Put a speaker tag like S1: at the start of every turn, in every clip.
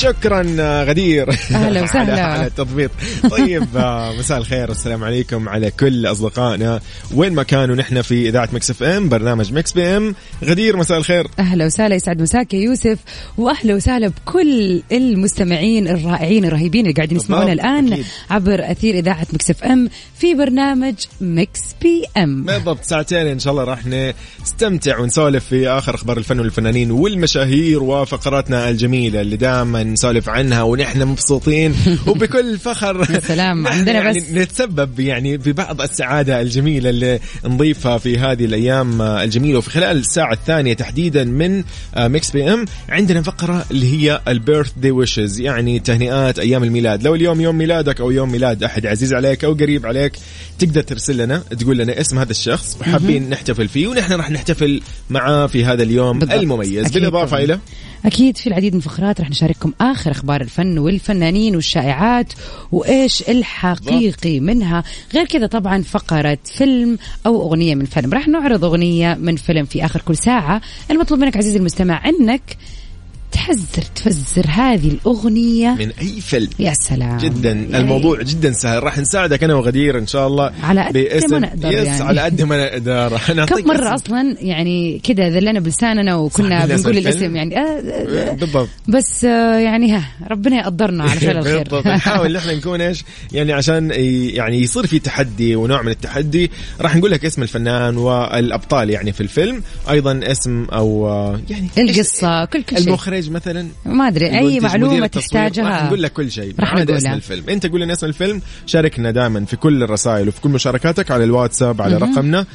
S1: شكرا آه، غدير
S2: أهلا وسهلا.
S1: على- على التضبيط طيب آه، مساء الخير والسلام عليكم على كل اصدقائنا وين ما كانوا نحن في اذاعه مكس اف ام برنامج مكس بي ام غدير مساء الخير
S2: اهلا وسهلا يسعد مساك يا يوسف واهلا وسهلا بكل المستمعين الرائعين الرهيبين اللي قاعدين يسمعونا
S1: بالضبط،
S2: الان
S1: أكيد.
S2: عبر اثير اذاعه مكس اف ام في برنامج مكس بي ام
S1: بالضبط ساعتين ان شاء الله راح نستمتع ونسولف في اخر اخبار الفن والفنانين والمشاهير وفقراتنا الجميله اللي دائما نسولف عنها ونحن مبسوطين وبكل فخر
S2: يا سلام،
S1: نحن
S2: عندنا
S1: يعني
S2: بس.
S1: نتسبب يعني ببعض السعاده الجميله اللي نضيفها في هذه الايام الجميله وفي خلال الساعه الثانيه تحديدا من آه، ميكس بي ام عندنا فقره اللي هي البيرث دي ويشز يعني تهنئات ايام الميلاد لو اليوم يوم ميلادك او يوم ميلاد احد عزيز عليك او قريب عليك تقدر ترسل لنا تقول لنا اسم هذا الشخص وحابين نحتفل فيه ونحن راح نحتفل معاه في هذا اليوم
S2: بالضبط.
S1: المميز
S2: أكيد
S1: بالاضافه
S2: طبعاً.
S1: الى
S2: اكيد في العديد من الفقرات رح نشارككم اخر اخبار الفن والفنانين والشائعات وايش الحقيقي منها غير كذا طبعا فقره فيلم او اغنيه من فيلم رح نعرض اغنيه من فيلم في اخر كل ساعه المطلوب منك عزيزي المستمع انك تحزر تفزر هذه الاغنيه
S1: من اي فيلم
S2: يا سلام
S1: جدا
S2: يعني
S1: الموضوع جدا سهل راح نساعدك انا وغدير ان شاء الله
S2: على قد ما
S1: باسم-
S2: نقدر
S1: يس
S2: يعني.
S1: على قد ما نقدر
S2: كم مرة أصلا يعني كذا ذلنا بلساننا وكنا
S1: صح، بالاسم
S2: بنقول
S1: الفيلم.
S2: الاسم يعني آه، آه، آه.
S1: بالضبط
S2: بس آه، يعني ها ربنا يقدرنا على فعل الخير
S1: بالضبط نحاول نحن نكون ايش يعني عشان ي- يعني يصير في تحدي ونوع من التحدي راح نقول لك اسم الفنان والابطال يعني في الفيلم ايضا اسم او آه، يعني إيش-
S2: القصة كل كل شيء
S1: المخرج مثلا
S2: ما ادري اي
S1: المنتج، مدير
S2: معلومه
S1: التصوير، راح
S2: تحتاجها
S1: نقول لك كل شيء
S2: راح
S1: راح نقول اسم
S2: نقولها.
S1: الفيلم انت قول لنا اسم الفيلم شاركنا دائما في كل الرسائل وفي كل مشاركاتك على الواتساب على رقمنا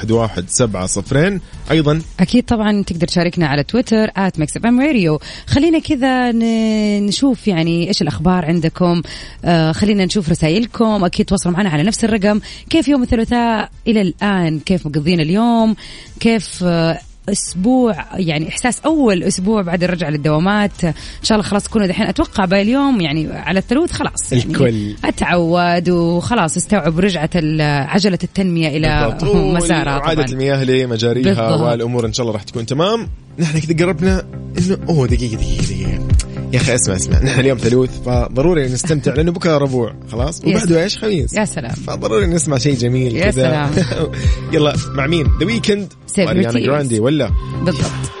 S1: 0548811700 ايضا
S2: اكيد طبعا تقدر تشاركنا على تويتر ات ميكس اف ام راديو خلينا كذا ن- نشوف يعني ايش الاخبار عندكم آه خلينا نشوف رسائلكم اكيد تواصلوا معنا على نفس الرقم كيف يوم الثلاثاء الى الان كيف مقضين اليوم كيف آه اسبوع يعني احساس اول اسبوع بعد الرجعه للدوامات ان شاء الله خلاص تكونوا دحين اتوقع باقي اليوم يعني على الثلوث خلاص يعني
S1: الكل.
S2: اتعود وخلاص استوعب رجعه ال- عجله التنميه الى
S1: بالضبط.
S2: مسارها
S1: وعادة
S2: طبعا
S1: المياه لمجاريها
S2: بالضبط.
S1: والامور ان شاء الله راح تكون تمام نحن كذا قربنا انه اوه دقيقه دقيقه دقيقه يا اخي اسمع اسمع نحن اليوم ثلوث فضروري نستمتع لانه بكره ربوع خلاص
S2: يس.
S1: وبعده ايش خميس
S2: يا سلام
S1: فضروري نسمع شيء جميل
S2: يا
S1: كذا.
S2: سلام.
S1: يلا مع مين ذا ويكند
S2: Save me
S1: اريانا
S2: tears.
S1: جراندي ولا
S2: بالضبط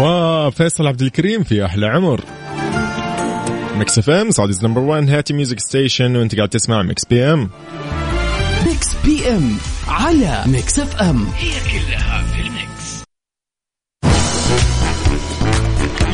S1: وفيصل عبد الكريم في احلى عمر ميكس اف ام سعوديز نمبر 1 هاتي ميوزك ستيشن وانت قاعد تسمع ميكس بي ام
S3: ميكس بي ام على ميكس اف ام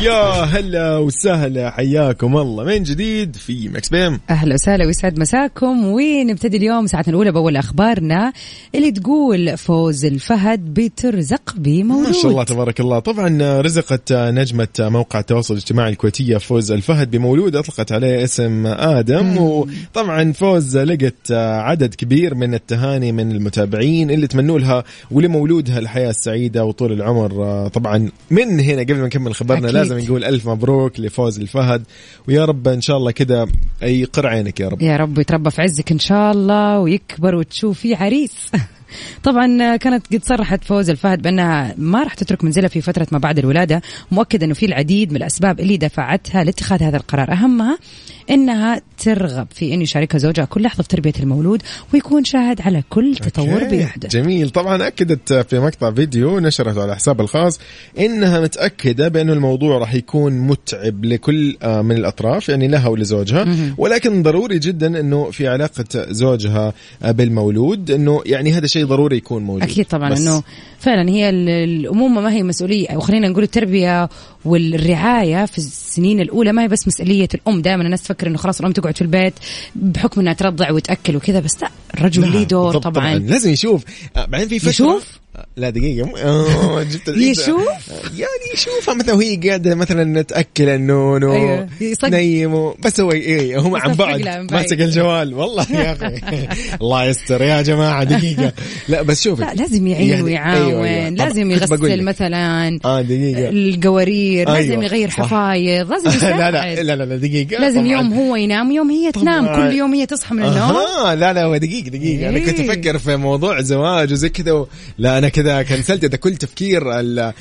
S1: يا هلا وسهلا حياكم الله من جديد في مكس بيم
S2: اهلا وسهلا ويسعد مساكم ونبتدي اليوم ساعتنا الاولى باول اخبارنا اللي تقول فوز الفهد بترزق بمولود
S1: ما شاء الله تبارك الله طبعا رزقت آه، نجمة موقع التواصل الاجتماعي الكويتية فوز الفهد بمولود أطلقت عليه اسم آدم وطبعا فوز لقت آه، عدد كبير من التهاني من المتابعين اللي تمنوا لها ولمولودها الحياة السعيدة وطول العمر طبعا من هنا قبل ما نكمل خبرنا
S2: أكيد.
S1: لازم نقول ألف مبروك لفوز الفهد ويا رب إن شاء الله كذا يقر عينك يا رب
S2: يا رب يتربى في عزك ان شاء الله ويكبر وتشوفيه عريس طبعا كانت قد صرحت فوز الفهد بانها ما راح تترك منزلها في فتره ما بعد الولاده مؤكد انه في العديد من الاسباب اللي دفعتها لاتخاذ هذا القرار اهمها انها ترغب في ان يشاركها زوجها كل لحظه في تربيه المولود ويكون شاهد على كل تطور
S1: أوكي.
S2: بيحدث
S1: جميل طبعا اكدت في مقطع فيديو نشرته على حسابها الخاص انها متاكده بان الموضوع راح يكون متعب لكل آه، من الاطراف يعني لها ولزوجها ولكن ضروري جدا انه في علاقه زوجها آه، بالمولود انه يعني هذا شيء شيء ضروري يكون موجود
S2: اكيد طبعا
S1: بس
S2: انه فعلا هي ال- الامومه ما هي مسؤوليه او خلينا نقول التربيه والرعايه في السنين الاولى ما هي بس مسؤوليه الام دائما الناس تفكر انه خلاص الام تقعد في البيت بحكم انها ترضع وتاكل وكذا بس لا الرجل ليه
S1: نعم،
S2: دور
S1: بالضبط
S2: طبعا, طبعاً.
S1: لازم يشوف آه، بعدين في فتره
S2: يشوف؟
S1: آه، لا دقيقه آه، جبت العيد.
S2: يشوف؟
S1: آه، يعني يشوفها مثلا وهي قاعده مثلا تاكل النون
S2: أيوه، يصدق.
S1: تنيمه بس هو إيه هم عن
S2: يصفق
S1: بعد
S2: لها عن بعد.
S1: ماسك الجوال والله يا اخي الله يستر يا جماعه دقيقه لا بس شوفي
S2: لا لازم يعين
S1: يعني-
S2: ويعاون
S1: أيوه، أيوه. طب
S2: لازم
S1: كنت بقول
S2: يغسل
S1: لك.
S2: مثلا
S1: اه دقيقه
S2: القوارير
S1: أيوه،
S2: لازم يغير
S1: صح.
S2: حفايض لازم
S1: لا
S2: يساعد
S1: لا لا لا دقيقه
S2: لازم
S1: طبعاً.
S2: يوم هو ينام يوم هي تنام
S1: طبعاً.
S2: كل يوم هي تصحى من النوم
S1: آه لا لا هو دقيقة دقيقة أنا كنت
S2: إيه.
S1: أفكر في موضوع زواج وزي كذا و... لا أنا كذا كنسلت ده كل تفكير ال...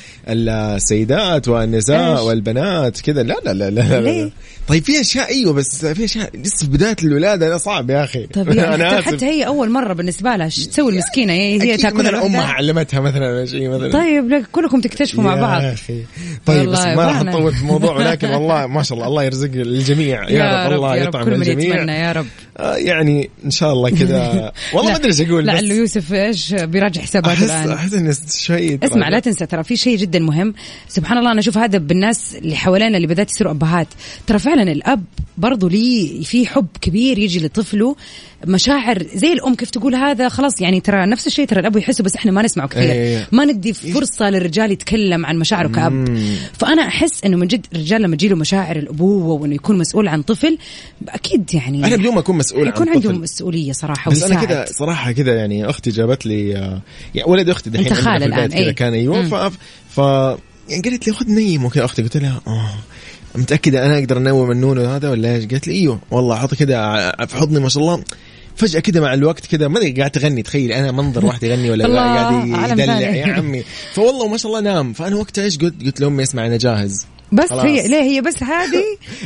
S1: السيدات والنساء
S2: إيش؟
S1: والبنات كذا لا لا لا لا, لا,
S2: ليه؟
S1: لا. طيب في أشياء أيوه بس في أشياء لسه بداية الولادة أنا صعب يا أخي
S2: طب يعني
S1: أنا
S2: حتى, حتى هي اول مره بالنسبه لها ايش تسوي المسكينه هي هي
S1: أكيد
S2: تاكل
S1: مثلا
S2: لوحدها؟
S1: أمها علمتها مثلا ولا شيء مثلا
S2: طيب لا كلكم تكتشفوا مع
S1: يا
S2: بعض
S1: أخي. طيب بس
S2: والله
S1: ما راح
S2: وأنا.
S1: نطول في الموضوع ولكن والله ما شاء الله الله يرزق الجميع يا, رب, الله
S2: يا رب
S1: يطعم
S2: كل من
S1: الجميع
S2: يتمنى يا رب
S1: آه، يعني ان شاء الله كذا والله ما ادري ايش اقول
S2: لعله
S1: بس
S2: يوسف ايش بيراجع حساباته
S1: احس
S2: الان
S1: احس اني شيء
S2: اسمع لا تنسى ترى في شيء جدا مهم سبحان الله انا اشوف هذا بالناس اللي حوالينا اللي بدات يصيروا ابهات ترى فعلا الاب برضو ليه في حب كبير يجي لطفله مشاعر زي الام كيف تقول هذا خلاص يعني ترى نفس الشيء ترى الاب يحسه بس احنا ما نسمعه كثير
S1: إيه.
S2: ما ندي فرصه للرجال يتكلم عن مشاعره كاب فانا احس انه من جد الرجال لما تجيله مشاعر الابوه وانه يكون مسؤول عن طفل اكيد يعني
S1: انا اليوم اكون مسؤول
S2: يكون
S1: عن
S2: عنده
S1: طفل
S2: مسؤوليه صراحه
S1: بس انا
S2: ويساعد.
S1: كذا صراحه كذا يعني اختي جابت لي آه، يعني ولد اختي دحين
S2: أنت
S1: عندنا
S2: خال
S1: في البيت
S2: الآن، إيه.
S1: كذا
S2: أي.
S1: كان ايوه ف, ف يعني قالت لي خذ نيمه كذا اختي قلت لها اه متاكده انا اقدر انوم النون هذا ولا ايش؟ قالت لي ايوه والله حط كذا ع- في حضني ما شاء الله فجأة كده مع الوقت كده ما ادري قاعد تغني تخيل انا منظر واحد يغني ولا
S2: الله،
S1: قاعد
S2: عالم
S1: يدلع
S2: ثاني.
S1: يا عمي فوالله ما شاء الله نام فانا وقتها ايش قلت؟ قلت لامي اسمع انا جاهز
S2: بس
S1: خلاص.
S2: هي ليه هي بس هذه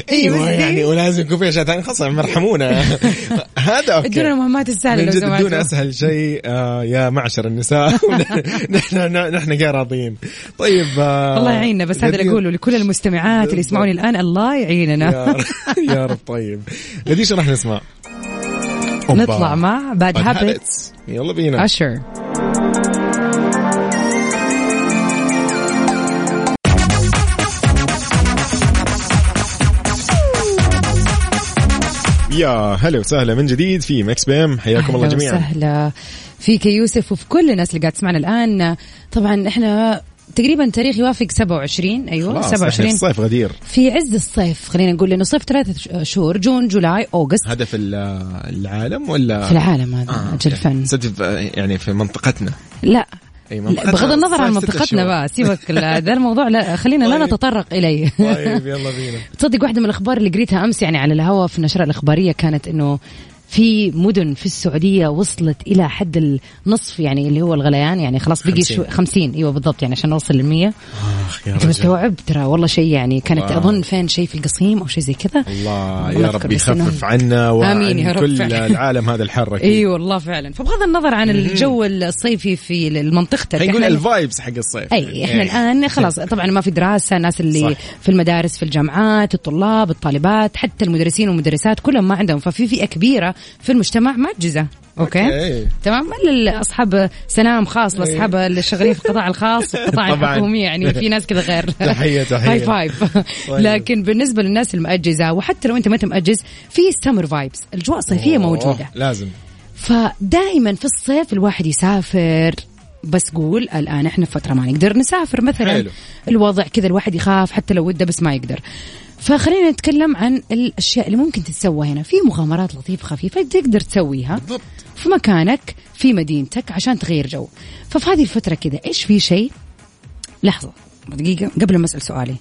S2: هي بس
S1: ايوه
S2: دي؟
S1: يعني ولازم يكون في اشياء ثانيه خلاص مرحمونا هذا اوكي
S2: ادونا المهمات السهله
S1: من
S2: لو
S1: جد بدون
S2: سمحتوا
S1: اسهل شيء آه يا معشر النساء نحن نحن غير راضيين طيب آه
S2: الله يعيننا بس هذا اللي
S1: غدير-
S2: اقوله لكل المستمعات اللي يسمعوني الان الله
S1: يا
S2: يعيننا
S1: رب- يا رب طيب غدي شو راح نسمع؟ أوبا.
S2: نطلع مع باد
S1: Bad
S2: هابت
S1: Habits. نعم. يلا بينا
S2: اشر
S1: يا هلا وسهلا من جديد في مكس بام حياكم الله
S2: أهلا
S1: جميعا
S2: وسهلا فيك يا يوسف وفي كل الناس اللي قاعد تسمعنا الان طبعا احنا تقريبا تاريخ يوافق 27 ايوه
S1: خلاص، إحنا
S2: 27
S1: الصيف غدير
S2: في عز الصيف خلينا نقول لانه صيف ثلاثة شهور جون جولاي اوغست
S1: هذا في ال- العالم ولا
S2: في العالم هذا
S1: آه،
S2: اجل فن
S1: صدق في- يعني في منطقتنا
S2: لا
S1: أي
S2: لا،
S1: منطقتنا
S2: بغض النظر عن
S1: صيف ستة
S2: منطقتنا
S1: شهور.
S2: بقى سيبك لا، ذا الموضوع لا خلينا لا
S1: طيب.
S2: نتطرق اليه
S1: طيب يلا بينا
S2: تصدق واحدة من الأخبار اللي قريتها أمس يعني على الهواء في النشرة الإخبارية كانت إنه في مدن في السعودية وصلت إلى حد النصف يعني اللي هو الغليان يعني خلاص بقي
S1: 50.
S2: شو 50 أيوه بالضبط يعني عشان نوصل للمية
S1: اخ يا
S2: أنت
S1: رجل
S2: مستوعب ترى والله شيء يعني كانت
S1: واو.
S2: أظن فين شيء في القصيم أو شيء زي كذا
S1: الله
S2: ما
S1: يا
S2: أذكر
S1: رب
S2: بس إنهم-
S1: يخفف عنا
S2: آمين يا
S1: وعن
S2: رب
S1: كل
S2: فعلا. أيوة،
S1: العالم هذا الحر أكيد.
S2: اي والله فعلا فبغض النظر عن الجو الصيفي في المنطقة
S1: خلينا نقول الفايبس حق الصيف
S2: اي احنا
S1: إيه.
S2: الان خلاص طبعا ما في دراسه الناس اللي
S1: صح.
S2: في المدارس في الجامعات الطلاب الطالبات حتى المدرسين والمدرسات كلهم ما عندهم ففي فئه كبيره في المجتمع معجزه اوكي,
S1: أوكي. إيه.
S2: تمام الا اصحاب سنام خاص لاصحاب اللي شغالين في القطاع الخاص والقطاع
S1: طبعاً.
S2: الحكومي يعني في ناس كذا غير
S1: تحية- تحية.
S2: هاي فايف
S1: طيب.
S2: لكن بالنسبه للناس المأجزه وحتى لو انت ما انت مأجز في سمر فايبس الاجواء الصيفيه
S1: أوه،
S2: موجوده
S1: لازم
S2: فدائما في الصيف الواحد يسافر بس قول الان احنا في فتره ما نقدر نسافر مثلا
S1: حلو.
S2: الوضع كذا الواحد يخاف حتى لو وده بس ما يقدر فخلينا نتكلم عن الاشياء اللي ممكن تتسوى هنا في مغامرات لطيفه خفيفه تقدر تسويها
S1: بالضبط.
S2: في مكانك في مدينتك عشان تغير جو ففي هذه الفتره كذا ايش في شيء لحظه دقيقه قبل ما اسال سؤالي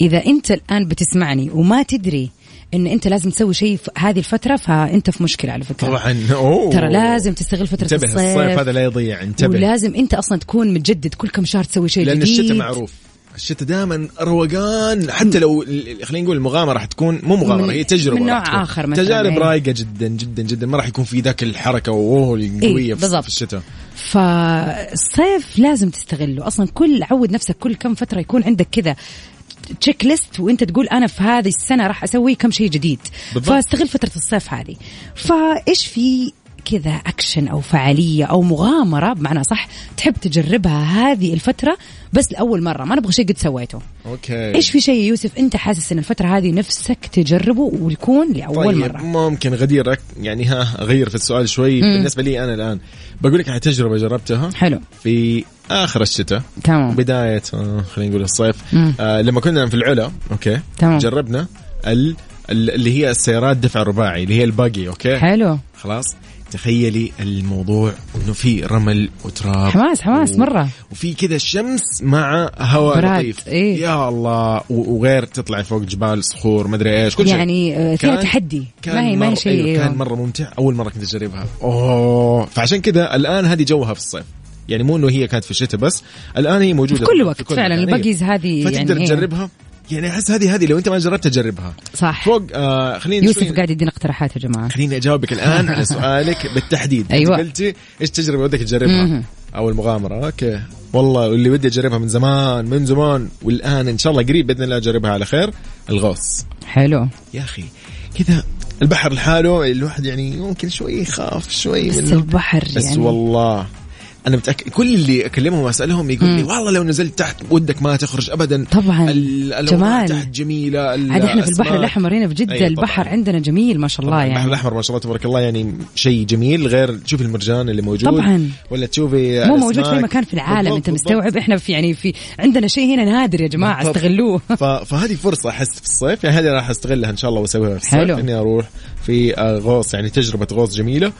S2: اذا انت الان بتسمعني وما تدري ان انت لازم تسوي شيء في هذه الفتره فانت في مشكله على فكره
S1: طبعا اوه
S2: ترى لازم تستغل فترة
S1: انتبه
S2: الصيف,
S1: الصيف هذا لا يضيع انتبه
S2: ولازم انت اصلا تكون متجدد كل كم شهر تسوي شيء
S1: لان
S2: جديد
S1: الشتاء معروف الشتاء دائما روقان حتى لو ال- خلينا نقول المغامره حتكون مو
S2: من-
S1: مغامره هي تجربه
S2: من نوع
S1: راح تكون.
S2: آخر مثلاً،
S1: تجارب
S2: إيه.
S1: رايقه جدا جدا جدا ما راح يكون في ذاك الحركه واوه القويه في
S2: إيه، بالضبط.
S1: في الشتاء
S2: فالصيف لازم تستغله اصلا كل عود نفسك كل كم فترة يكون عندك كذا تشيك ليست وانت تقول انا في هذه السنة راح اسوي كم شيء جديد
S1: بالضبط.
S2: فاستغل فترة الصيف هذه فايش في كذا اكشن او فعاليه او مغامره بمعنى صح تحب تجربها هذه الفتره بس لاول مره ما نبغى شيء قد سويته
S1: اوكي
S2: ايش في شيء يا يوسف انت حاسس ان الفتره هذه نفسك تجربه ويكون لاول
S1: طيب
S2: مره
S1: ممكن غديرك يعني ها اغير في السؤال شوي
S2: مم.
S1: بالنسبه لي انا الان بقول لك على تجربه جربتها
S2: حلو
S1: في اخر الشتاء
S2: تمام
S1: بدايه آه، خلينا نقول الصيف
S2: مم.
S1: آه لما كنا في العلا اوكي
S2: تمام.
S1: جربنا ال ال- اللي هي السيارات دفع رباعي اللي هي الباقي اوكي
S2: حلو
S1: خلاص تخيلي الموضوع انه في رمل وتراب
S2: حماس- حماس مرة.
S1: وفي كذا شمس مع هواء
S2: براد،
S1: لطيف
S2: إيه.
S1: يا الله و- وغير تطلع فوق جبال صخور مدري ايش كل شيء
S2: يعني آه، فيها
S1: كان-
S2: تحدي
S1: كان
S2: ما هي ما
S1: مرة-
S2: هي شيء
S1: أيوة كان
S2: أيوة.
S1: مره ممتع اول مره كنت اجربها اوه فعشان كذا الان هذه جوها في الصيف يعني مو انه هي كانت في الشتاء بس الان هي موجوده
S2: في كل وقت فعلا
S1: مكان.
S2: البقيز هذه
S1: أيوة. فتقدر
S2: يعني إيه؟
S1: تجربها يعني احس هذه هذه لو انت ما جربتها جربها
S2: صح
S1: فوق آه خلينا
S2: يوسف
S1: شوي-
S2: قاعد يدينا اقتراحات يا جماعه
S1: خليني اجاوبك الان على سؤالك بالتحديد أنت
S2: أيوة.
S1: قلتي ايش تجربه ودك تجربها
S2: مهم.
S1: او المغامره اوكي والله واللي ودي اجربها من زمان من زمان والان ان شاء الله قريب باذن الله اجربها على خير الغوص
S2: حلو
S1: يا اخي كذا البحر لحاله الواحد يعني ممكن شوي يخاف شوي
S2: بس
S1: من
S2: البحر
S1: بس
S2: يعني
S1: والله انا متاكد كل اللي اكلمهم واسالهم يقول لي والله لو نزلت تحت ودك ما تخرج ابدا
S2: طبعاً.
S1: ال- الألوان
S2: جمال.
S1: تحت جميله ال-
S2: عاد احنا في البحر
S1: الأسماك.
S2: الاحمر هنا في جده
S1: أيوة
S2: البحر
S1: طبعاً.
S2: عندنا جميل ما شاء الله
S1: طبعاً البحر
S2: يعني
S1: الاحمر ما شاء الله تبارك الله يعني شيء جميل غير تشوف المرجان اللي موجود
S2: طبعاً.
S1: ولا تشوفي
S2: مو موجود في
S1: الأسماك.
S2: أي مكان في العالم
S1: بالضبط،
S2: انت
S1: بالضبط.
S2: مستوعب احنا في يعني في عندنا شيء هنا نادر يا جماعه
S1: بالضبط.
S2: استغلوه
S1: ف... فهذه فرصه احس في الصيف يعني هذه راح استغلها ان شاء الله واسويها في الصيف
S2: حلو.
S1: اني اروح في آه، غوص يعني تجربه غوص جميله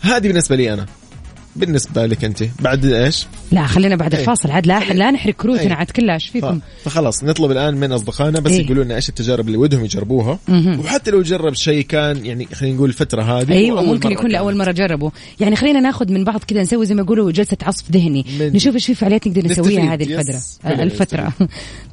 S1: هذه بالنسبه لي انا بالنسبه لك انت بعد ايش؟
S2: لا خلينا بعد
S1: إيه.
S2: الفاصل عاد لا لا نحرق
S1: إيه.
S2: كروتنا عاد كلها ايش
S1: ف...
S2: فيكم
S1: فخلاص نطلب الان من اصدقائنا بس
S2: إيه.
S1: يقولوا لنا ايش التجارب اللي ودهم يجربوها
S2: مهم.
S1: وحتى لو جرب شيء كان يعني خلينا نقول الفتره هذه
S2: ايوه
S1: وأول
S2: ممكن
S1: مرة
S2: يكون
S1: كانت.
S2: لاول مره جربوا يعني خلينا ناخذ من بعض كذا نسوي زي ما يقولوا جلسه عصف ذهني
S1: من-
S2: نشوف ايش في فعاليات نقدر
S1: نستفيد.
S2: نسويها هذه الفتره
S1: يس.
S2: آه،
S1: فعلا
S2: الفتره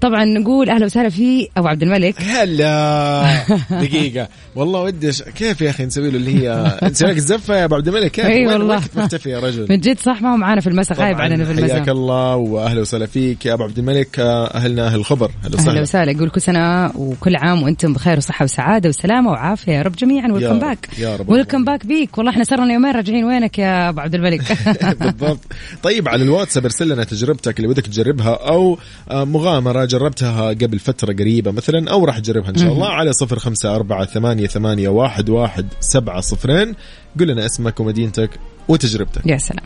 S2: طبعا نقول اهلا وسهلا في ابو عبد الملك
S1: هلا دقيقة والله ودي أش- كيف يا أخي نسوي له اللي هي نسوي لك الزفة يا أبو عبد الملك كيف
S2: إي
S1: وين- وين
S2: والله.
S1: كنت مختفي يا رجل
S2: من جد صح ما هو معانا في المساء غايب
S1: طبعاً
S2: علينا في
S1: حياك
S2: المساء
S1: الله واهلا وسهلا فيك يا ابو عبد الملك اهلنا اهل الخبر اهلا
S2: اهلا
S1: وسهلا
S2: وسهلا يقول كل سنه وكل عام وانتم بخير وصحه وسعاده وسلامه وعافيه يا رب جميعا ويلكم
S1: رب،
S2: باك
S1: يا رب
S2: ويلكم
S1: والله.
S2: باك بيك والله احنا صرنا يومين راجعين وينك يا ابو عبد الملك
S1: بالضبط طيب على الواتساب ارسل لنا تجربتك اللي ودك تجربها او آه، مغامره جربتها قبل فتره قريبه مثلا او راح تجربها ان شاء الله على صفر خمسه اربعه ثمانيه ثمانيه واحد واحد سبعه صفرين قل لنا اسمك ومدينتك وتجربتك
S2: يا سلام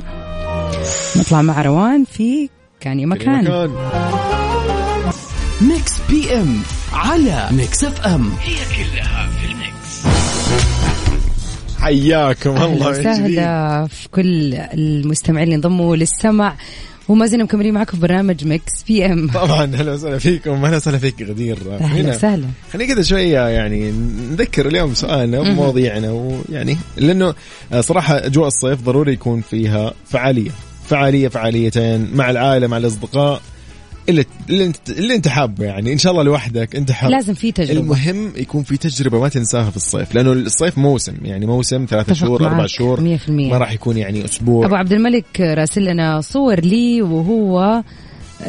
S2: نطلع مع روان في كان يا مكان
S3: ميكس بي ام على ميكس اف ام
S1: حياكم الله من جديد.
S2: سهلة في كل المستمعين اللي انضموا للسمع وما زلنا مكملين معكم في برنامج ميكس بي ام
S1: طبعا اهلا وسهلا فيكم اهلا وسهلا فيك غدير
S2: اهلا
S1: خلينا-
S2: وسهلا
S1: خلينا كذا شويه يعني نذكر اليوم سؤالنا ومواضيعنا ويعني لانه آه، صراحه اجواء الصيف ضروري يكون فيها فعاليه فعاليه فعاليتين مع العائله مع الاصدقاء اللي اللي انت, اللي انت حابه يعني ان شاء الله لوحدك انت حاب
S2: لازم في تجربة
S1: المهم يكون في تجربه ما تنساها في الصيف لانه الصيف موسم يعني موسم ثلاثة
S2: اتفق
S1: شهور اربع
S2: معك
S1: شهور
S2: 100%.
S1: ما راح يكون يعني اسبوع
S2: ابو عبد الملك راسل لنا صور لي وهو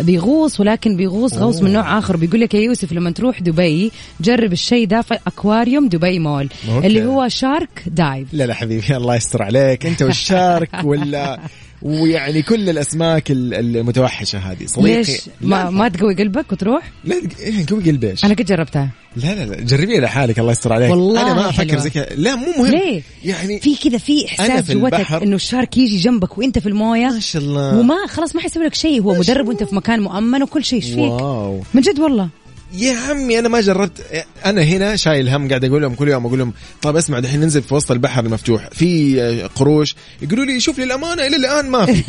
S2: بيغوص ولكن بيغوص غوص من نوع اخر بيقول لك يا يوسف لما تروح دبي جرب الشيء ده في اكواريوم دبي مول
S1: أوكي.
S2: اللي هو شارك دايف
S1: لا لا حبيبي الله يستر عليك انت والشارك ولا ويعني كل الاسماك ال- المتوحشه هذه صديقي
S2: ليش
S1: لا
S2: ما, ما تقوي قلبك وتروح
S1: لا إيه، قوي قلبيش
S2: انا قد جربتها
S1: لا لا لا جربيها لحالك الله يستر عليك
S2: والله
S1: انا ما افكر
S2: حلوة.
S1: زي كذا لا مو مهم
S2: ليه؟
S1: يعني
S2: في كذا في
S1: أنا
S2: احساس
S1: في
S2: جوتك
S1: البحر- آه.
S2: انه الشارك يجي جنبك وانت في المويه
S1: ما شاء الله
S2: وما خلاص ما حيسوي لك شيء هو مدرب وانت في مكان مؤمن وكل شيء ايش فيك
S1: واو
S2: من جد والله
S1: يا عمي انا ما جربت انا هنا شايل هم قاعد اقول لهم كل يوم اقول لهم طب اسمع دحين ننزل في وسط البحر المفتوح في آه، قروش يقولوا لي شوف للامانه الى الان ما في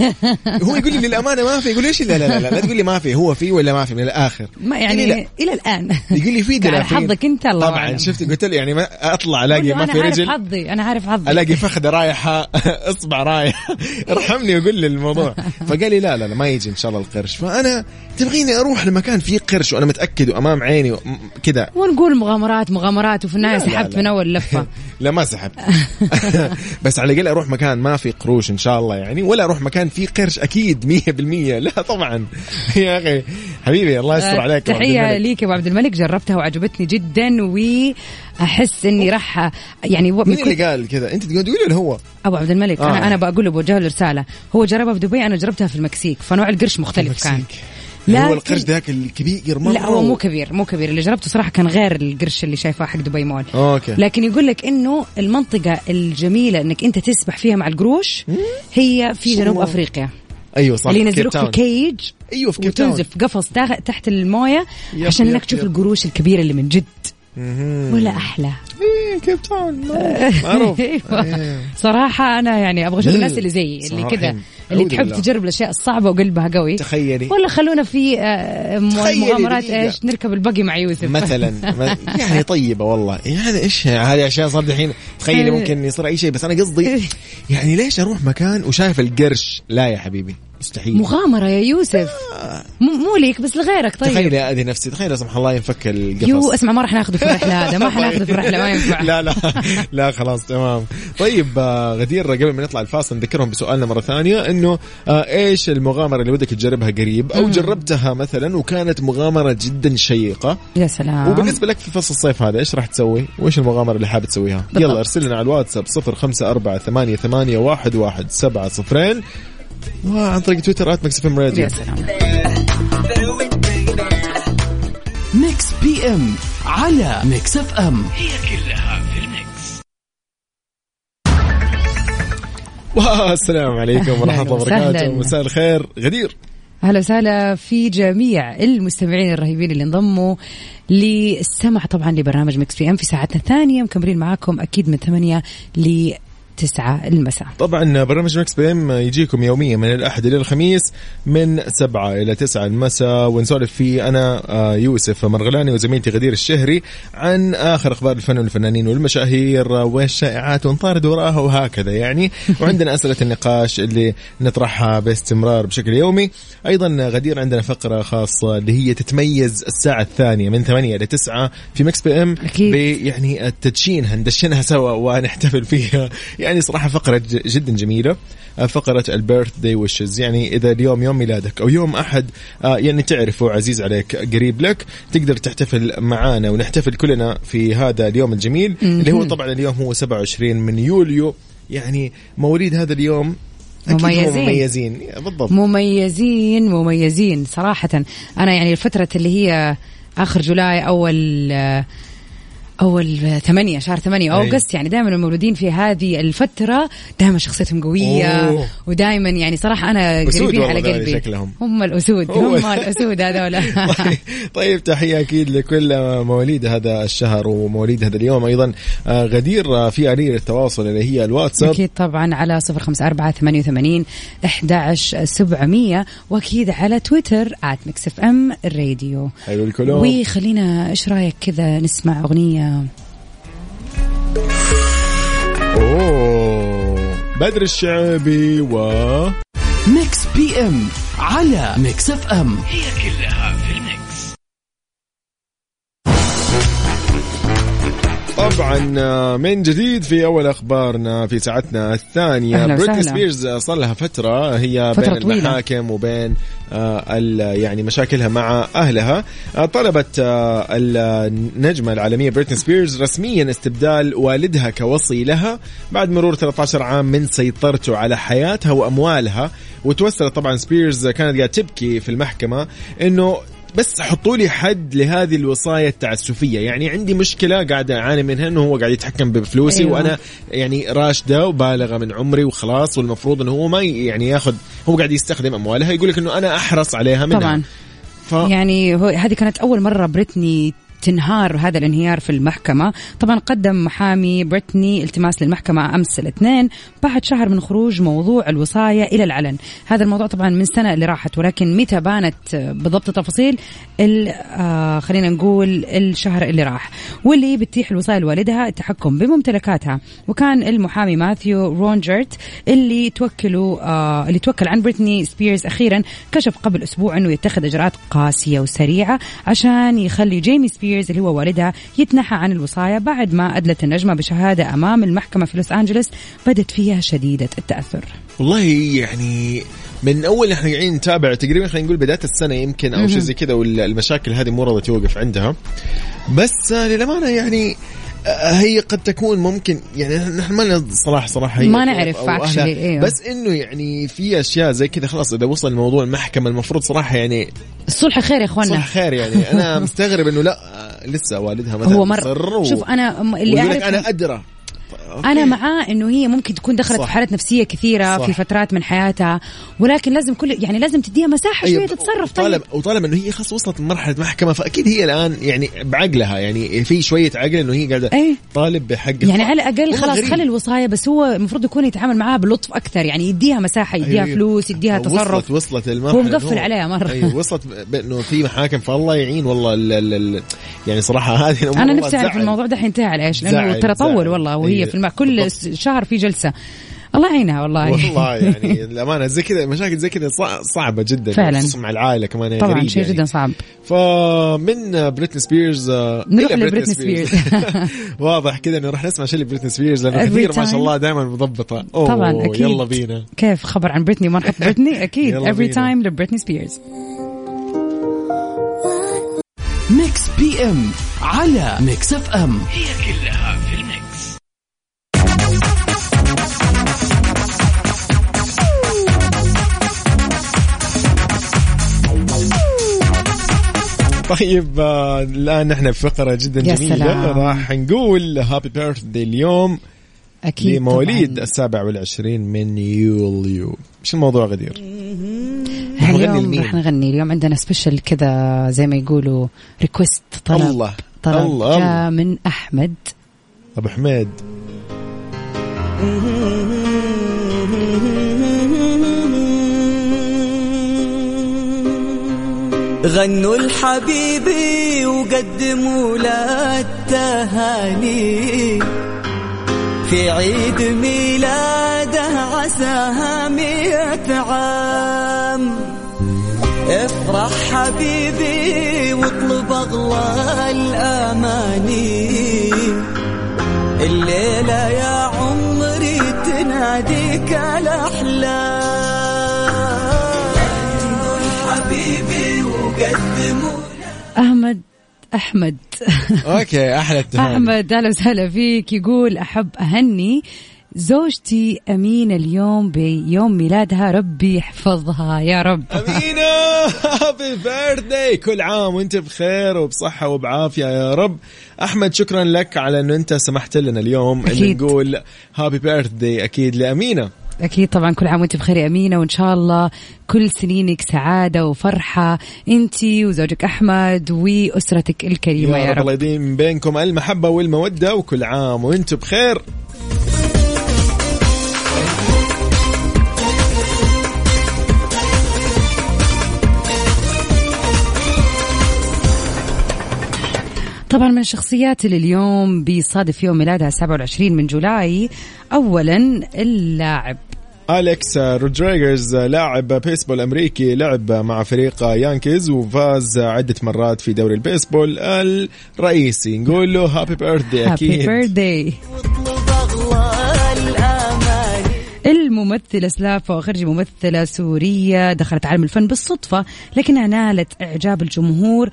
S1: هو يقول لي للامانه ما في يقول ليش لا لا لا لا, لا تقول لي ما في هو في ولا ما في من الاخر
S2: ما يعني
S1: إلي لا.
S2: الى, الان
S1: يقول لي في
S2: على
S1: دلافين
S2: حظك انت الله
S1: طبعا
S2: أعلم.
S1: شفت قلت له يعني ما اطلع الاقي
S2: قول له
S1: ما
S2: انا
S1: في
S2: عارف
S1: رجل
S2: حظي انا عارف حظي
S1: الاقي فخذه رايحه اصبع رايح ارحمني وقول لي الموضوع فقال لي لا لا لا ما يجي ان شاء الله القرش فانا تبغيني اروح لمكان فيه قرش وانا متاكد وامام عيني كذا
S2: ونقول مغامرات مغامرات وفي النهايه
S1: لا، لا،
S2: سحبت
S1: لا.
S2: من اول لفه
S1: لا ما سحبت بس على الاقل اروح مكان ما فيه قروش ان شاء الله يعني ولا اروح مكان فيه قرش اكيد 100% لا طبعا يا اخي حبيبي الله يستر عليك يا عبد
S2: آه، تحية
S1: الملك.
S2: ليك يا ابو عبد الملك جربتها وعجبتني جدا واحس اني راح يعني و- من
S1: مين
S2: كثر-
S1: اللي قال كذا انت تقول ولا هو
S2: ابو عبد الملك
S1: آه.
S2: انا انا بقول له بوجه له رساله هو جربها في دبي انا جربتها في المكسيك فنوع القرش مختلف كان
S1: لا يعني هو
S2: لكن-
S1: القرش ذاك الكبير مره
S2: لا هو مو كبير مو كبير اللي جربته صراحه كان غير القرش اللي شايفاه حق دبي مول
S1: أوكي.
S2: لكن يقول لك انه المنطقه الجميله انك انت تسبح فيها مع القروش هي في جنوب
S1: الله.
S2: افريقيا
S1: ايوه صح
S2: اللي
S1: كيب
S2: ينزلوك في
S1: تاون.
S2: كيج
S1: ايوه في كيب تاون.
S2: وتنزل في قفص تا- تحت المويه
S1: يب،
S2: عشان
S1: يب،
S2: انك تشوف
S1: يب.
S2: القروش الكبيره اللي من جد ولا احلى
S1: إيه، كيب تاون معروف. معروف
S2: أيوة. صراحه انا يعني ابغى اشوف
S1: لا،
S2: الناس اللي زيي اللي
S1: صراحة
S2: كذا
S1: يعني.
S2: اللي
S1: أعوذ
S2: تحب
S1: بالله.
S2: تجرب الاشياء الصعبه وقلبها قوي
S1: إيه، تخيلي
S2: ولا خلونا في آه، م-
S1: تخيلي
S2: مغامرات
S1: دقيقة.
S2: ايش نركب البقي مع يوسف
S1: مثلا ما- يعني طيبه والله يعني هذا ايش هذه اشياء صار الحين تخيلي ممكن يصير اي شيء بس انا قصدي يعني ليش اروح مكان وشايف القرش لا يا حبيبي مستحيل
S2: مغامرة يا يوسف مو مو ليك بس لغيرك طيب
S1: آه. تخيل اذي نفسي تخيل لا سمح الله ينفك القفص
S2: يو اسمع ما راح ناخذه في الرحلة هذا ما راح ناخذه في الرحلة ما ينفع
S1: طيب. لا لا لا خلاص تمام طيب آه، غدير قبل ما نطلع الفاصل نذكرهم بسؤالنا مره ثانيه انه آه، ايش المغامره اللي ودك تجربها قريب او جربتها مثلا وكانت مغامره جدا شيقه
S2: يا سلام
S1: وبالنسبه لك في فصل الصيف هذا ايش راح تسوي؟ وايش المغامره اللي حابب تسويها؟
S2: بالضبط.
S1: يلا ارسل لنا على الواتساب 0548811700 وعن طريق تويتر ات مكسف
S2: يا
S1: راديو
S2: سلام
S3: ميكس بي ام على ميكس اف ام
S1: والسلام عليكم ورحمه
S2: أهلاً
S1: الله وبركاته
S2: وسهلاً.
S1: مساء الخير غدير
S2: اهلا وسهلا في جميع المستمعين الرهيبين اللي انضموا للسمع طبعا لبرنامج مكس بي ام في ساعتنا الثانية مكملين معاكم اكيد من 8 ل 9 المساء
S1: طبعا برنامج مكس بي ام يجيكم يوميا من الاحد الى الخميس من سبعة الى تسعة المساء ونسولف فيه انا آه، يوسف مرغلاني وزميلتي غدير الشهري عن اخر اخبار الفن والفنانين والمشاهير آه، والشائعات ونطارد وراها وهكذا يعني وعندنا اسئله النقاش اللي نطرحها باستمرار بشكل يومي ايضا غدير عندنا فقره خاصه اللي هي تتميز الساعه الثانيه من 8 الى 9 في مكس بي ام
S2: أكيد.
S1: ب- يعني التدشينها ندشنها سوا ونحتفل فيها يعني صراحة فقرة ج- جدا جميلة آه، فقرة البيرث داي ويشز يعني إذا اليوم يوم ميلادك أو يوم أحد آه، يعني تعرفه عزيز عليك قريب لك تقدر تحتفل معانا ونحتفل كلنا في هذا اليوم الجميل اللي هو طبعا اليوم هو 27 من يوليو يعني مواليد هذا اليوم أكيد هم
S2: مميزين.
S1: مميزين بالضبط
S2: مميزين مميزين صراحة أنا يعني الفترة اللي هي آخر جولاي أول أول ثمانية شهر ثمانية
S1: أي.
S2: أوغست يعني دائما المولودين في هذه الفترة دائما شخصيتهم قوية
S1: أوه.
S2: ودائما يعني صراحة أنا
S1: أسود
S2: قريبين
S1: والله
S2: على
S1: ذولي
S2: قلبي
S1: شكلهم.
S2: هم الأسود
S1: هو-
S2: هم الأسود هذول
S1: طيب- طيب تحية أكيد لكل مواليد هذا الشهر ومواليد هذا اليوم أيضا آه، غدير آه، في آلية التواصل اللي هي الواتساب
S2: أكيد طبعا على صفر خمسة أربعة ثمانية وثمانين أحداش سبعمية وأكيد على تويتر آت ميكس اف ام الراديو
S1: حلو الكلام
S2: وخلينا ايش رايك كذا نسمع اغنيه
S1: أوه بدر الشعبي و
S3: ميكس بي ام على ميكس اف ام
S1: طبعا آه، من جديد في اول اخبارنا في ساعتنا الثانيه
S2: أهلا
S1: بريتني
S2: وسهلا.
S1: سبيرز صار لها فتره هي
S2: فترة
S1: بين
S2: طويلة.
S1: المحاكم وبين آه، ال- يعني مشاكلها مع اهلها آه، طلبت آه، النجمه العالميه بريتني سبيرز رسميا استبدال والدها كوصي لها بعد مرور 13 عام من سيطرته على حياتها واموالها وتوسلت طبعا سبيرز آه، كانت قاعده تبكي في المحكمه انه بس حطوا لي حد لهذه الوصايه التعسفيه يعني عندي مشكله قاعد اعاني منها انه هو قاعد يتحكم بفلوسي
S2: أيوة.
S1: أيوة. وانا يعني راشده وبالغه من عمري وخلاص والمفروض انه هو ما ي- يعني ياخذ هو قاعد يستخدم اموالها يقول لك انه انا احرص عليها منها آه.
S2: طبعا
S1: ف...
S2: يعني هو هذه كانت اول مره بريتني تنهار هذا الانهيار في المحكمة طبعا قدم محامي بريتني التماس للمحكمة أمس الاثنين بعد شهر من خروج موضوع الوصاية إلى العلن هذا الموضوع طبعا من سنة اللي راحت ولكن متى بانت بالضبط التفاصيل ال- آه خلينا نقول الشهر اللي راح واللي بتتيح الوصاية لوالدها التحكم بممتلكاتها وكان المحامي ماثيو رونجرت اللي توكله آه اللي توكل عن بريتني سبيرز أخيرا كشف قبل أسبوع أنه يتخذ إجراءات قاسية وسريعة عشان يخلي جيمي سبيرز اللي هو والدها يتنحى عن الوصاية بعد ما أدلت النجمة بشهادة أمام المحكمة في لوس أنجلوس بدت فيها شديدة التأثر
S1: والله يعني من اول احنا قاعدين نتابع تقريبا خلينا نقول بدايه السنه يمكن او شيء زي كذا والمشاكل هذه مو راضيه توقف عندها بس آه، للامانه يعني آه، هي قد تكون ممكن يعني نحن ما نض- صراحه صراحه هي
S2: ما
S1: أو-
S2: نعرف
S1: أو أهلها.
S2: actually، إيوه.
S1: بس انه يعني في اشياء زي كذا خلاص اذا وصل الموضوع المحكمه المفروض صراحه يعني
S2: الصلح خير يا إخوانا
S1: صح خير يعني انا مستغرب انه لا آه، لسه والدها مثلا
S2: هو
S1: مصر
S2: مرة
S1: و-
S2: شوف أنا م- اللي
S1: ويقول لك
S2: أعرف
S1: انا ادرى
S2: انا معاه انه هي ممكن تكون دخلت
S1: صح.
S2: في حالات نفسيه كثيره
S1: صح.
S2: في فترات من حياتها ولكن لازم كل يعني لازم تديها مساحه
S1: أيوة،
S2: شويه تتصرف طيب
S1: وطالب وطالما انه هي خلاص وصلت لمرحله محكمه فاكيد هي الان يعني بعقلها يعني في شويه عقل انه هي قاعده
S2: إيه.
S1: طالب بحق
S2: يعني
S1: الط-
S2: على الاقل
S1: والله
S2: خلاص
S1: غريب.
S2: خلي الوصايه بس هو المفروض يكون يتعامل معاها بلطف اكثر يعني يديها مساحه يديها
S1: أيوه.
S2: فلوس يديها
S1: وصلت
S2: تصرف
S1: وصلت المرحله
S2: هو مقفل عليها مرة.
S1: اي أيوة، وصلت بانه في محاكم فالله يعين والله ال ال ال يعني صراحه هذه الامور
S2: انا
S1: والله
S2: نفسي اعرف
S1: تزعل.
S2: الموضوع ده حينتهي على ايش
S1: زعل،
S2: لانه ترى
S1: زعل.
S2: طول والله وهي
S1: أيوه.
S2: في المع كل
S1: بالضبط.
S2: شهر في جلسه الله يعينها والله
S1: والله يعني الامانه زي كذا مشاكل زي كذا صع- صعبه جدا
S2: فعلاً.
S1: يعني خصوصاً مع العائله كمان يعني
S2: طبعا
S1: غريب
S2: شيء
S1: يعني.
S2: جدا صعب
S1: فمن بريتني سبيرز آه،
S2: نروح
S1: إلى
S2: لبريتني
S1: واضح كذا انه راح نسمع شيء لبريتني سبيرز لانه
S2: Every
S1: كثير ما
S2: time.
S1: شاء الله دائما مضبطه أوه
S2: طبعا اكيد
S1: يلا بينا
S2: كيف خبر عن بريتني ما نحط بريتني اكيد
S1: يلا
S2: افري
S1: بينا.
S2: تايم لبريتني سبيرز
S3: ميكس بي ام على ميكس اف ام
S1: طيب آه، الان نحن في فقره جدا
S2: يا
S1: جميله
S2: سلام.
S1: راح نقول هابي بيرث اليوم
S2: اكيد
S1: لمواليد
S2: طبعاً.
S1: السابع والعشرين من يوليو ايش الموضوع غدير؟ نغني
S2: اليوم
S1: لمين؟
S2: رح نغني اليوم عندنا سبيشل كذا زي ما يقولوا ريكوست طلب
S1: الله.
S2: طلب
S1: الله، الله.
S2: جاء من احمد
S1: ابو حميد
S4: غنوا لحبيبي وقدموا له التهاني في عيد ميلاده عساها مئة عام افرح حبيبي واطلب اغلى الاماني الليله يا عمري تناديك الاحلام حبيبي وقدموا
S2: احمد احمد
S1: اوكي احلى التهاني
S2: احمد اهلا وسهلا فيك يقول احب اهني زوجتي أمينة اليوم بيوم ميلادها ربي يحفظها يا رب
S1: امينه هابي بيرثداي كل عام وانت بخير وبصحه وبعافيه يا رب احمد شكرا لك على انه انت سمحت لنا اليوم ان
S2: أكيد.
S1: نقول هابي بيرثداي اكيد لامينه
S2: أكيد طبعا كل عام وأنت بخير يا أمينة وإن شاء الله كل سنينك سعادة وفرحة أنت وزوجك أحمد وأسرتك الكريمة يا رب
S1: الله يديم بينكم المحبه والموده وكل عام وانتم بخير
S2: طبعا من الشخصيات اللي اليوم بيصادف يوم ميلادها 27 من جولاي اولا اللاعب
S1: أليكس رودريغرز لاعب بيسبول أمريكي لعب مع فريق يانكيز وفاز عدة مرات في دوري البيسبول الرئيسي نقول له هابي بيرثدي
S2: هابي
S1: أكيد
S2: بيرثداي
S4: واطلب اغلى الاماني
S2: الممثلة سلافة وخرج ممثلة سورية دخلت عالم الفن بالصدفة لكنها نالت إعجاب الجمهور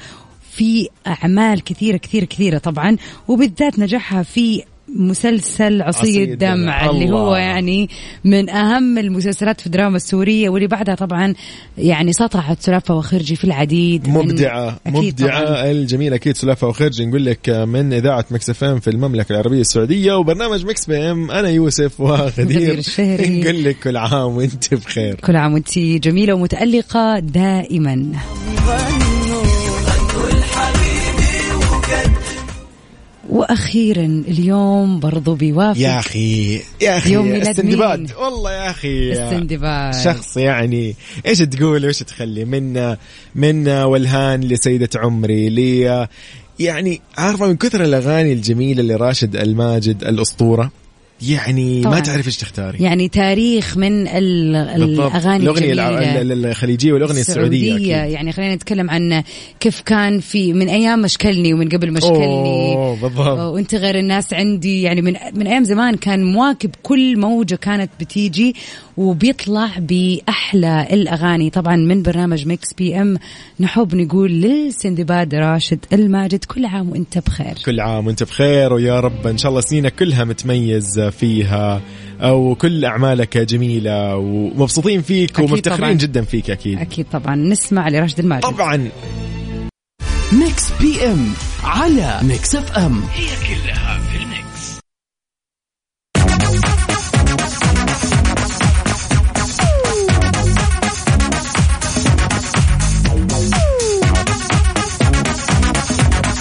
S2: في أعمال كثيرة كثيرة كثيرة طبعا وبالذات نجاحها في مسلسل
S1: عصي
S2: عصي الدمع
S1: الدمع.
S2: اللي هو
S1: الله.
S2: يعني من أهم المسلسلات في الدراما السورية واللي بعدها طبعا يعني سطعت سلافة وخرجي في العديد من-
S1: مبدعة
S2: أكيد
S1: مبدعة
S2: طبعاً.
S1: الجميلة أكيد سلافة وخرج نقول لك من إذاعة مكسفين في المملكة العربية السعودية وبرنامج مكس بي إم أنا يوسف
S2: غدير
S1: وغدير
S2: الشهري.
S1: نقول لك كل عام وأنت بخير
S2: كل عام وانت جميلة ومتألقة دائما
S4: غنوا غنوا الحبيبي وقدموا
S2: واخيرا اليوم برضو بيوافق
S1: يا اخي يا اخي
S2: يوم ميلاد
S1: السندباد
S2: مين؟
S1: والله يا اخي
S2: السندباد.
S1: شخص يعني ايش تقول وايش تخلي من من والهان لسيده عمري لي يعني عارفه من كثر الاغاني الجميله لراشد الماجد الاسطوره يعني
S2: طبعاً.
S1: ما تعرف ايش تختاري
S2: يعني تاريخ من ال-
S1: بالضبط.
S2: الاغاني
S1: الاغنيه الع-
S2: الجميلة.
S1: ال- ال- الخليجيه والاغنيه السعوديه, أكيد.
S2: يعني خلينا نتكلم عن كيف كان في من ايام مشكلني ومن قبل مشكلني
S1: أوه، بالضبط.
S2: وانت غير الناس عندي يعني من من ايام زمان كان مواكب كل موجه كانت بتيجي وبيطلع باحلى الاغاني طبعا من برنامج ميكس بي ام نحب نقول للسندباد راشد الماجد كل عام وانت بخير
S1: كل عام وانت بخير ويا رب ان شاء الله سنينك كلها متميز فيها وكل اعمالك جميله ومبسوطين فيك
S2: أكيد طبعاً.
S1: ومفتخرين جدا فيك اكيد
S2: اكيد طبعا نسمع لراشد الماجد
S1: طبعا
S3: ميكس بي ام على ميكس اف ام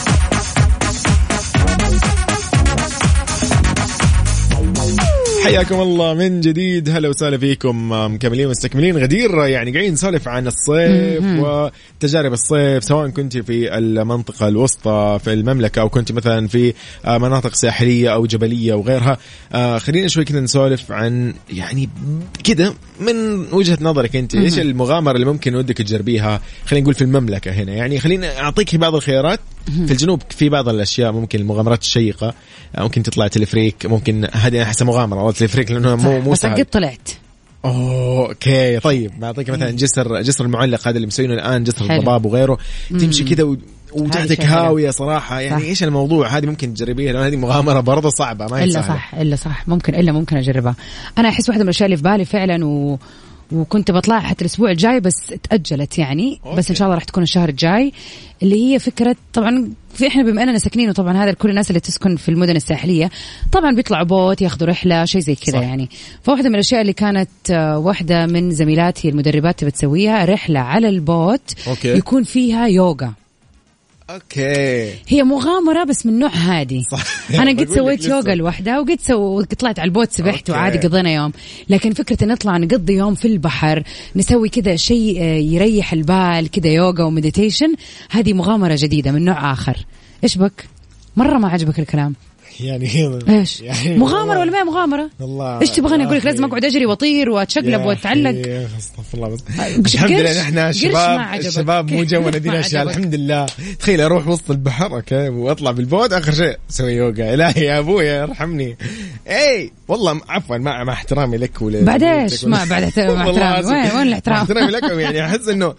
S1: حياكم الله من جديد هلا وسهلا فيكم مكملين مستكملين غدير يعني قاعدين نسولف عن الصيف وتجارب الصيف سواء كنت في المنطقة الوسطى في المملكة أو كنت مثلا في آه، مناطق ساحلية أو جبلية وغيرها آه، خلينا شوي كذا نسولف عن يعني كذا من وجهة نظرك أنت إيش المغامرة اللي ممكن ودك تجربيها خلينا نقول في المملكة هنا يعني خلينا أعطيك بعض الخيارات في الجنوب في بعض الأشياء ممكن المغامرات الشيقة آه، ممكن تطلع تلفريك ممكن هذه أنا أحسها مغامرة والله تلفريك لأنه مو مو
S2: بس
S1: سهل.
S2: قد طلعت
S1: اوه اوكي طيب بعطيك مثلا جسر جسر المعلق هذا اللي مسوينه الان جسر
S2: حلو.
S1: الضباب وغيره تمشي كذا و-
S2: هاي
S1: وتعطيك
S2: شغلة.
S1: هاويه صراحه يعني
S2: صح.
S1: ايش الموضوع هذه ممكن تجربيها لان هذه مغامره برضه صعبه ما هي
S2: الا
S1: سهلة.
S2: صح الا صح ممكن الا ممكن اجربها انا احس واحده من الاشياء اللي في بالي فعلا و... وكنت بطلع حتى الاسبوع الجاي بس تاجلت يعني أوكي. بس ان شاء الله راح تكون الشهر الجاي اللي هي فكره طبعا في احنا بما اننا ساكنين وطبعا هذا كل الناس اللي تسكن في المدن الساحليه طبعا بيطلعوا بوت ياخذوا رحله شيء زي كذا يعني فواحده من الاشياء اللي كانت آه، واحده من زميلاتي المدربات تبي تسويها رحله على البوت
S1: أوكي.
S2: يكون فيها يوغا
S1: اوكي
S2: هي مغامرة بس من نوع هادي
S1: صح.
S2: أنا
S1: بقول
S2: قد
S1: لك
S2: سويت
S1: لسه.
S2: يوغا لوحدها وقد سو... وقد طلعت على البوت سبحت
S1: أوكي.
S2: وعادي قضينا يوم لكن فكرة إن نطلع نقضي يوم في البحر نسوي كذا شيء آه، يريح البال كذا يوغا ومديتيشن هذه مغامرة جديدة من نوع آخر إيش بك؟ مرة ما عجبك الكلام
S1: يعني
S2: إيش؟
S1: يعني
S2: مغامرة
S1: والله-
S2: ولا ما هي مغامرة؟
S1: والله
S2: إيش تبغاني
S1: يا
S2: أقول لك
S1: أخي.
S2: لازم أقعد أجري وأطير
S1: يا
S2: وأتشقلب
S1: أخي،
S2: وأتعلق
S1: استغفر الله بس
S2: آه، قرش-
S1: الحمد لله
S2: قرش-
S1: احنا
S2: قرش ما
S1: شباب
S2: عجبك.
S1: الشباب مو جونا دي
S2: ما
S1: الاشياء
S2: عجبك.
S1: الحمد لله تخيل اروح وسط البحر اوكي واطلع بالبوت اخر شيء اسوي يوغا الهي يا ابويا ارحمني اي والله م- عفوا مع مع احترامي لك ولا
S2: بعد إيش؟ ما بعد احت- مع
S1: والله
S2: احترامي.
S1: العظيم.
S2: وين- وين الاحترام؟
S1: مع احترامي لكم يعني احس انه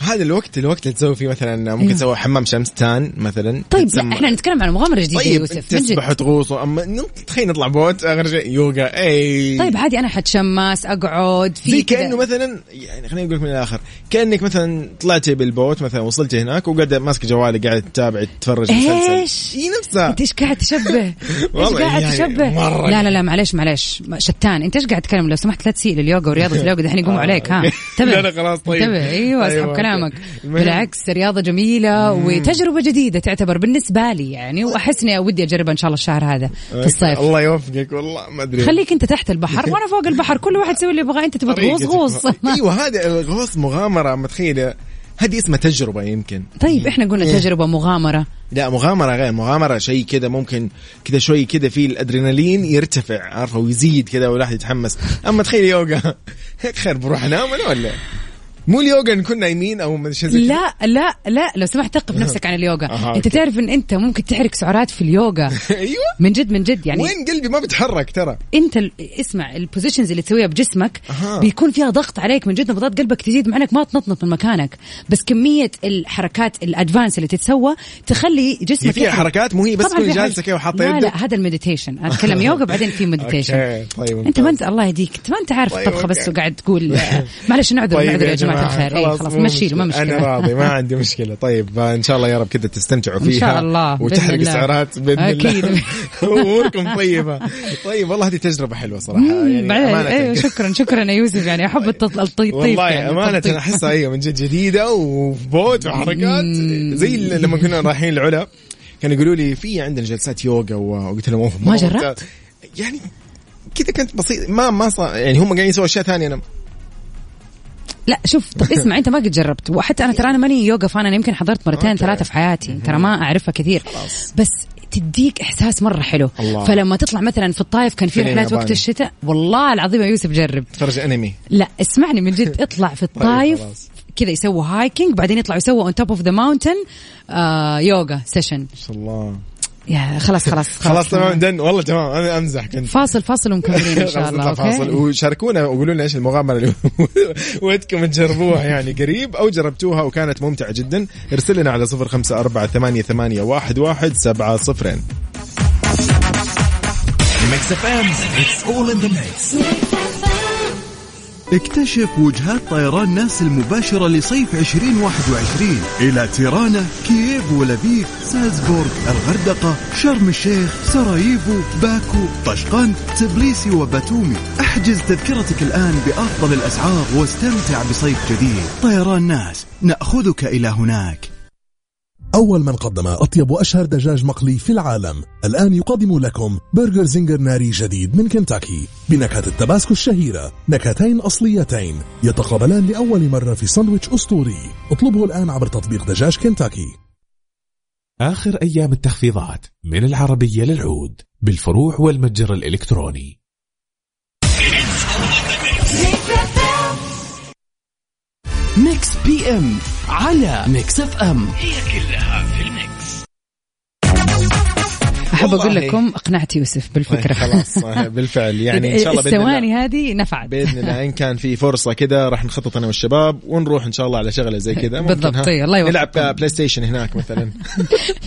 S1: هذا الوقت الوقت اللي تسوي فيه مثلا ممكن
S2: أيوه.
S1: تسوي حمام شمس تان مثلا
S2: طيب لا
S1: تتسمى-
S2: احنا نتكلم عن مغامرة جديدة
S1: طيب
S2: يوسف من جد.
S1: تسبح وتغوص اما نط- تخيل نطلع بوت اخر شيء يوغا إيه. اي
S2: طيب عادي أنا حتشمس أقعد في
S1: زي
S2: كذا.
S1: كانه مثلا يعني خليني اقول لك من الاخر كانك مثلا طلعتي بالبوت مثلا وصلتي هناك وقاعد ماسك جوالك قاعد تتابع تتفرج مسلسل
S2: إيش؟
S1: اي نفسها
S2: انت ايش قاعد تشبه؟ ايش
S1: والله
S2: قاعد
S1: يعني
S2: تشبه؟
S1: مرة
S2: لا لا لا معليش معليش ما- شتان انت ايش قاعد تتكلم لو سمحت لا تسيء لليوغا ورياضه اليوغا دحين يقوموا
S1: آه،
S2: عليك ها
S1: أوكي.
S2: انتبه
S1: لا، لا، خلاص، طيب.
S2: انتبه ايوه
S1: أيوة،
S2: اسحب
S1: أوكي.
S2: كلامك
S1: المهم.
S2: بالعكس رياضه جميله وتجربه جديده تعتبر بالنسبه لي يعني واحس اني ودي اجربها ان شاء الله الشهر هذا في الصيف
S1: الله يوفقك والله ما ادري
S2: خليك انت تحت البحر وانا فوق البحر كل واحد يسوي اللي يبغاه انت تبغى
S1: طريقة
S2: تغوص غوص
S1: تفهم. ايوه هذا الغوص مغامره اما تخيل هذه اسمها تجربه يمكن
S2: طيب احنا قلنا
S1: إيه.
S2: تجربه مغامره
S1: لا مغامره غير مغامره شيء كذا ممكن كذا شوي كذا فيه الادرينالين يرتفع عارفه ويزيد كذا والواحد يتحمس اما تخيل يوغا خير بروح انام انا ولا مو اليوغا نكون نايمين او ما ادري شيء
S2: لا لا لا لو سمحت تقف نفسك عن اليوغا
S1: أها،
S2: انت
S1: أوكي.
S2: تعرف ان انت ممكن تحرق سعرات في اليوغا
S1: ايوه
S2: من جد من جد يعني
S1: وين قلبي ما بيتحرك ترى
S2: انت ال- اسمع البوزيشنز اللي تسويها بجسمك
S1: أها.
S2: بيكون فيها ضغط عليك من جد نبضات قلبك تزيد معك ما تنطنط من مكانك بس كميه الحركات الادفانس اللي تتسوى تخلي جسمك
S1: هي فيها
S2: يحرق.
S1: حركات مو هي بس
S2: طبعاً
S1: تكوني
S2: في حركة.
S1: جالسه كذا وحاطه
S2: لا
S1: يدك
S2: لا هذا المديتيشن اتكلم يوغا بعدين في مديتيشن
S1: أوكي، طيب
S2: انت ما انت
S1: ممتاز.
S2: الله يهديك انت ما انت عارف
S1: طيب،
S2: الطبخه بس
S1: أوكي. طيب
S2: وقاعد تقول آه، معلش نعذر نعذر يا جماعه الخير اي خلاص
S1: مو
S2: مشيله ما مشكله
S1: انا راضي ما عندي مشكله طيب آه، ان شاء الله يا رب كذا تستمتعوا فيها
S2: إن شاء الله، بإذن
S1: وتحرق
S2: الله.
S1: سعرات باذن
S2: أكيد.
S1: الله اموركم طيبه طيب والله هذه تجربه حلوه صراحه يعني
S2: بعدين- ايوه
S1: امانه
S2: شكرا شكرا يا يوسف يعني احب التط- التطيب
S1: والله
S2: يعني
S1: امانه
S2: التطيب.
S1: احسها ايوه من جد جديده وبوت وحركات زي اللي لما كنا رايحين العلا كان كانوا يقولوا لي في عندنا جلسات يوغا و- وقلت لهم "أوه،
S2: ما
S1: مرة
S2: جربت؟
S1: ممتاز." يعني كذا كانت بسيط ما ما صار يعني هم قاعدين يسووا اشياء ثانيه انا
S2: لا شوف طب اسمع انت ما قد جربت وحتى انا ترى انا ماني يوغا فانا يمكن حضرت مرتين ثلاثه في حياتي ترى ما اعرفها كثير بس تديك احساس مره حلو
S1: الله.
S2: فلما تطلع مثلا في الطايف كان في
S1: فيلم
S2: رحلات وقت
S1: ياباني.
S2: الشتاء والله العظيم يا يوسف جرب
S1: اتفرج انمي
S2: لا اسمعني من جد اطلع في الطايف
S1: طيب، خلاص.
S2: كذا يسووا هايكينج بعدين يطلعوا يسووا اون توب اوف ذا ماونتن يوغا سيشن
S1: ما شاء الله
S2: آه، يا خلاص خلاص
S1: خلاص تمام دن والله تمام انا امزح كنت
S2: فاصل فاصل ومكملين ان شاء
S1: خلاص
S2: الله
S1: نطلع فاصل
S2: اوكي
S1: وشاركونا وقولوا لنا ايش المغامره اللي ودكم تجربوها يعني قريب او جربتوها وكانت ممتعه جدا ارسل لنا على 0548811700
S3: ميكس اف ام اتس اول ان ذا ميكس
S5: اكتشف وجهات طيران ناس المباشرة لصيف 2021 إلى تيرانا، كييف ولافيف، سالزبورغ، الغردقة، شرم الشيخ، سراييفو، باكو، طشقند، تبليسي وباتومي. احجز تذكرتك الآن بأفضل الأسعار واستمتع بصيف جديد. طيران ناس، نأخذك إلى هناك.
S6: أول من قدم أطيب وأشهر دجاج مقلي في العالم الآن يقدم لكم برجر زنجر ناري جديد من كنتاكي بنكهة التباسكو الشهيرة نكهتين أصليتين يتقابلان لأول مرة في ساندويتش أسطوري اطلبه الآن عبر تطبيق دجاج كنتاكي
S7: آخر أيام التخفيضات من العربية للعود بالفروع والمتجر الإلكتروني
S3: ميكس بي ام على ميكس اف ام
S2: احب
S1: والله.
S2: اقول لكم اقنعت يوسف بالفكره
S1: طيب، خلاص بالفعل يعني ان شاء الله باذن الله
S2: الثواني هذه نفعت
S1: باذن الله ان كان في فرصه كذا راح نخطط انا والشباب ونروح ان شاء الله على شغله زي كذا ممكن
S2: بالضبط،
S1: ها؟
S2: طيب، الله
S1: نلعب
S2: يوفقكم.
S1: بلاي ستيشن هناك مثلا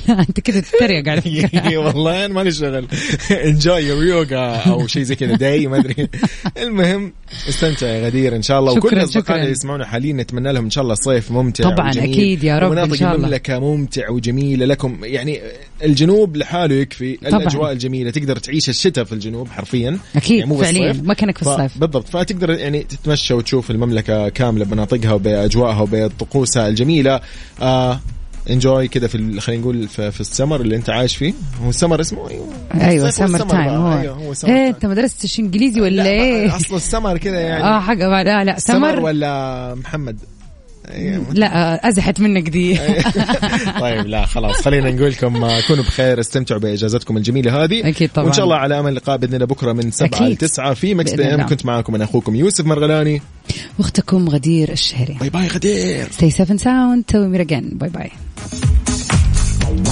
S2: انت كذا تتريق على فكره
S1: إي والله انا مالي شغل انجوي يور يوغا او شيء زي كذا داي ما ادري المهم استمتع يا غدير ان شاء الله
S2: شكراً،
S1: وكل اصدقائنا
S2: شكراً.
S1: اللي يسمعونا حاليا نتمنى لهم ان شاء الله صيف ممتع
S2: طبعاً،
S1: وجميل.
S2: أكيد يا رب، إن
S1: ومناطق
S2: شاء الله.
S1: المملكه ممتعه وجميله لكم يعني الجنوب لحاله يكفي
S2: طبعاً.
S1: الاجواء الجميله تقدر تعيش الشتاء في الجنوب حرفيا
S2: أكيد،
S1: يعني مو بس
S2: فعلياً،
S1: صيف.
S2: مكانك في
S1: ف-
S2: الصيف.
S1: بالضبط فتقدر يعني تتمشى وتشوف المملكه كامله بمناطقها وباجواءها وبطقوسها الجميله آه انجوي كذا في ال- خلينا نقول في, في السمر اللي انت عايش فيه هو السمر اسمه ايوه
S2: ايوه
S1: الصيف
S2: سمر
S1: والسمر
S2: تايم
S1: بقى.
S2: هو
S1: ايوه هو سمر
S2: ايه
S1: تايم
S2: انت ما درستش انجليزي ولا
S1: لا،
S2: ايه؟
S1: اصل السمر كذا يعني
S2: اه حق لا لا
S1: سمر
S2: سمر
S1: ولا محمد أيوة.
S2: لا آه، ازحت منك دي
S1: طيب لا خلاص خلينا نقول لكم آه، كونوا بخير استمتعوا باجازتكم الجميله هذه
S2: أكيد طبعاً.
S1: وان شاء الله على امل اللقاء باذن الله بكره من 7 ل
S2: أكيد.
S1: 9 في مكس
S2: بإذن
S1: بي ام
S2: الله.
S1: كنت معاكم انا اخوكم يوسف مرغلاني
S2: واختكم غدير الشهري
S1: باي باي غدير
S2: Stay safe and sound till we meet again. Bye bye.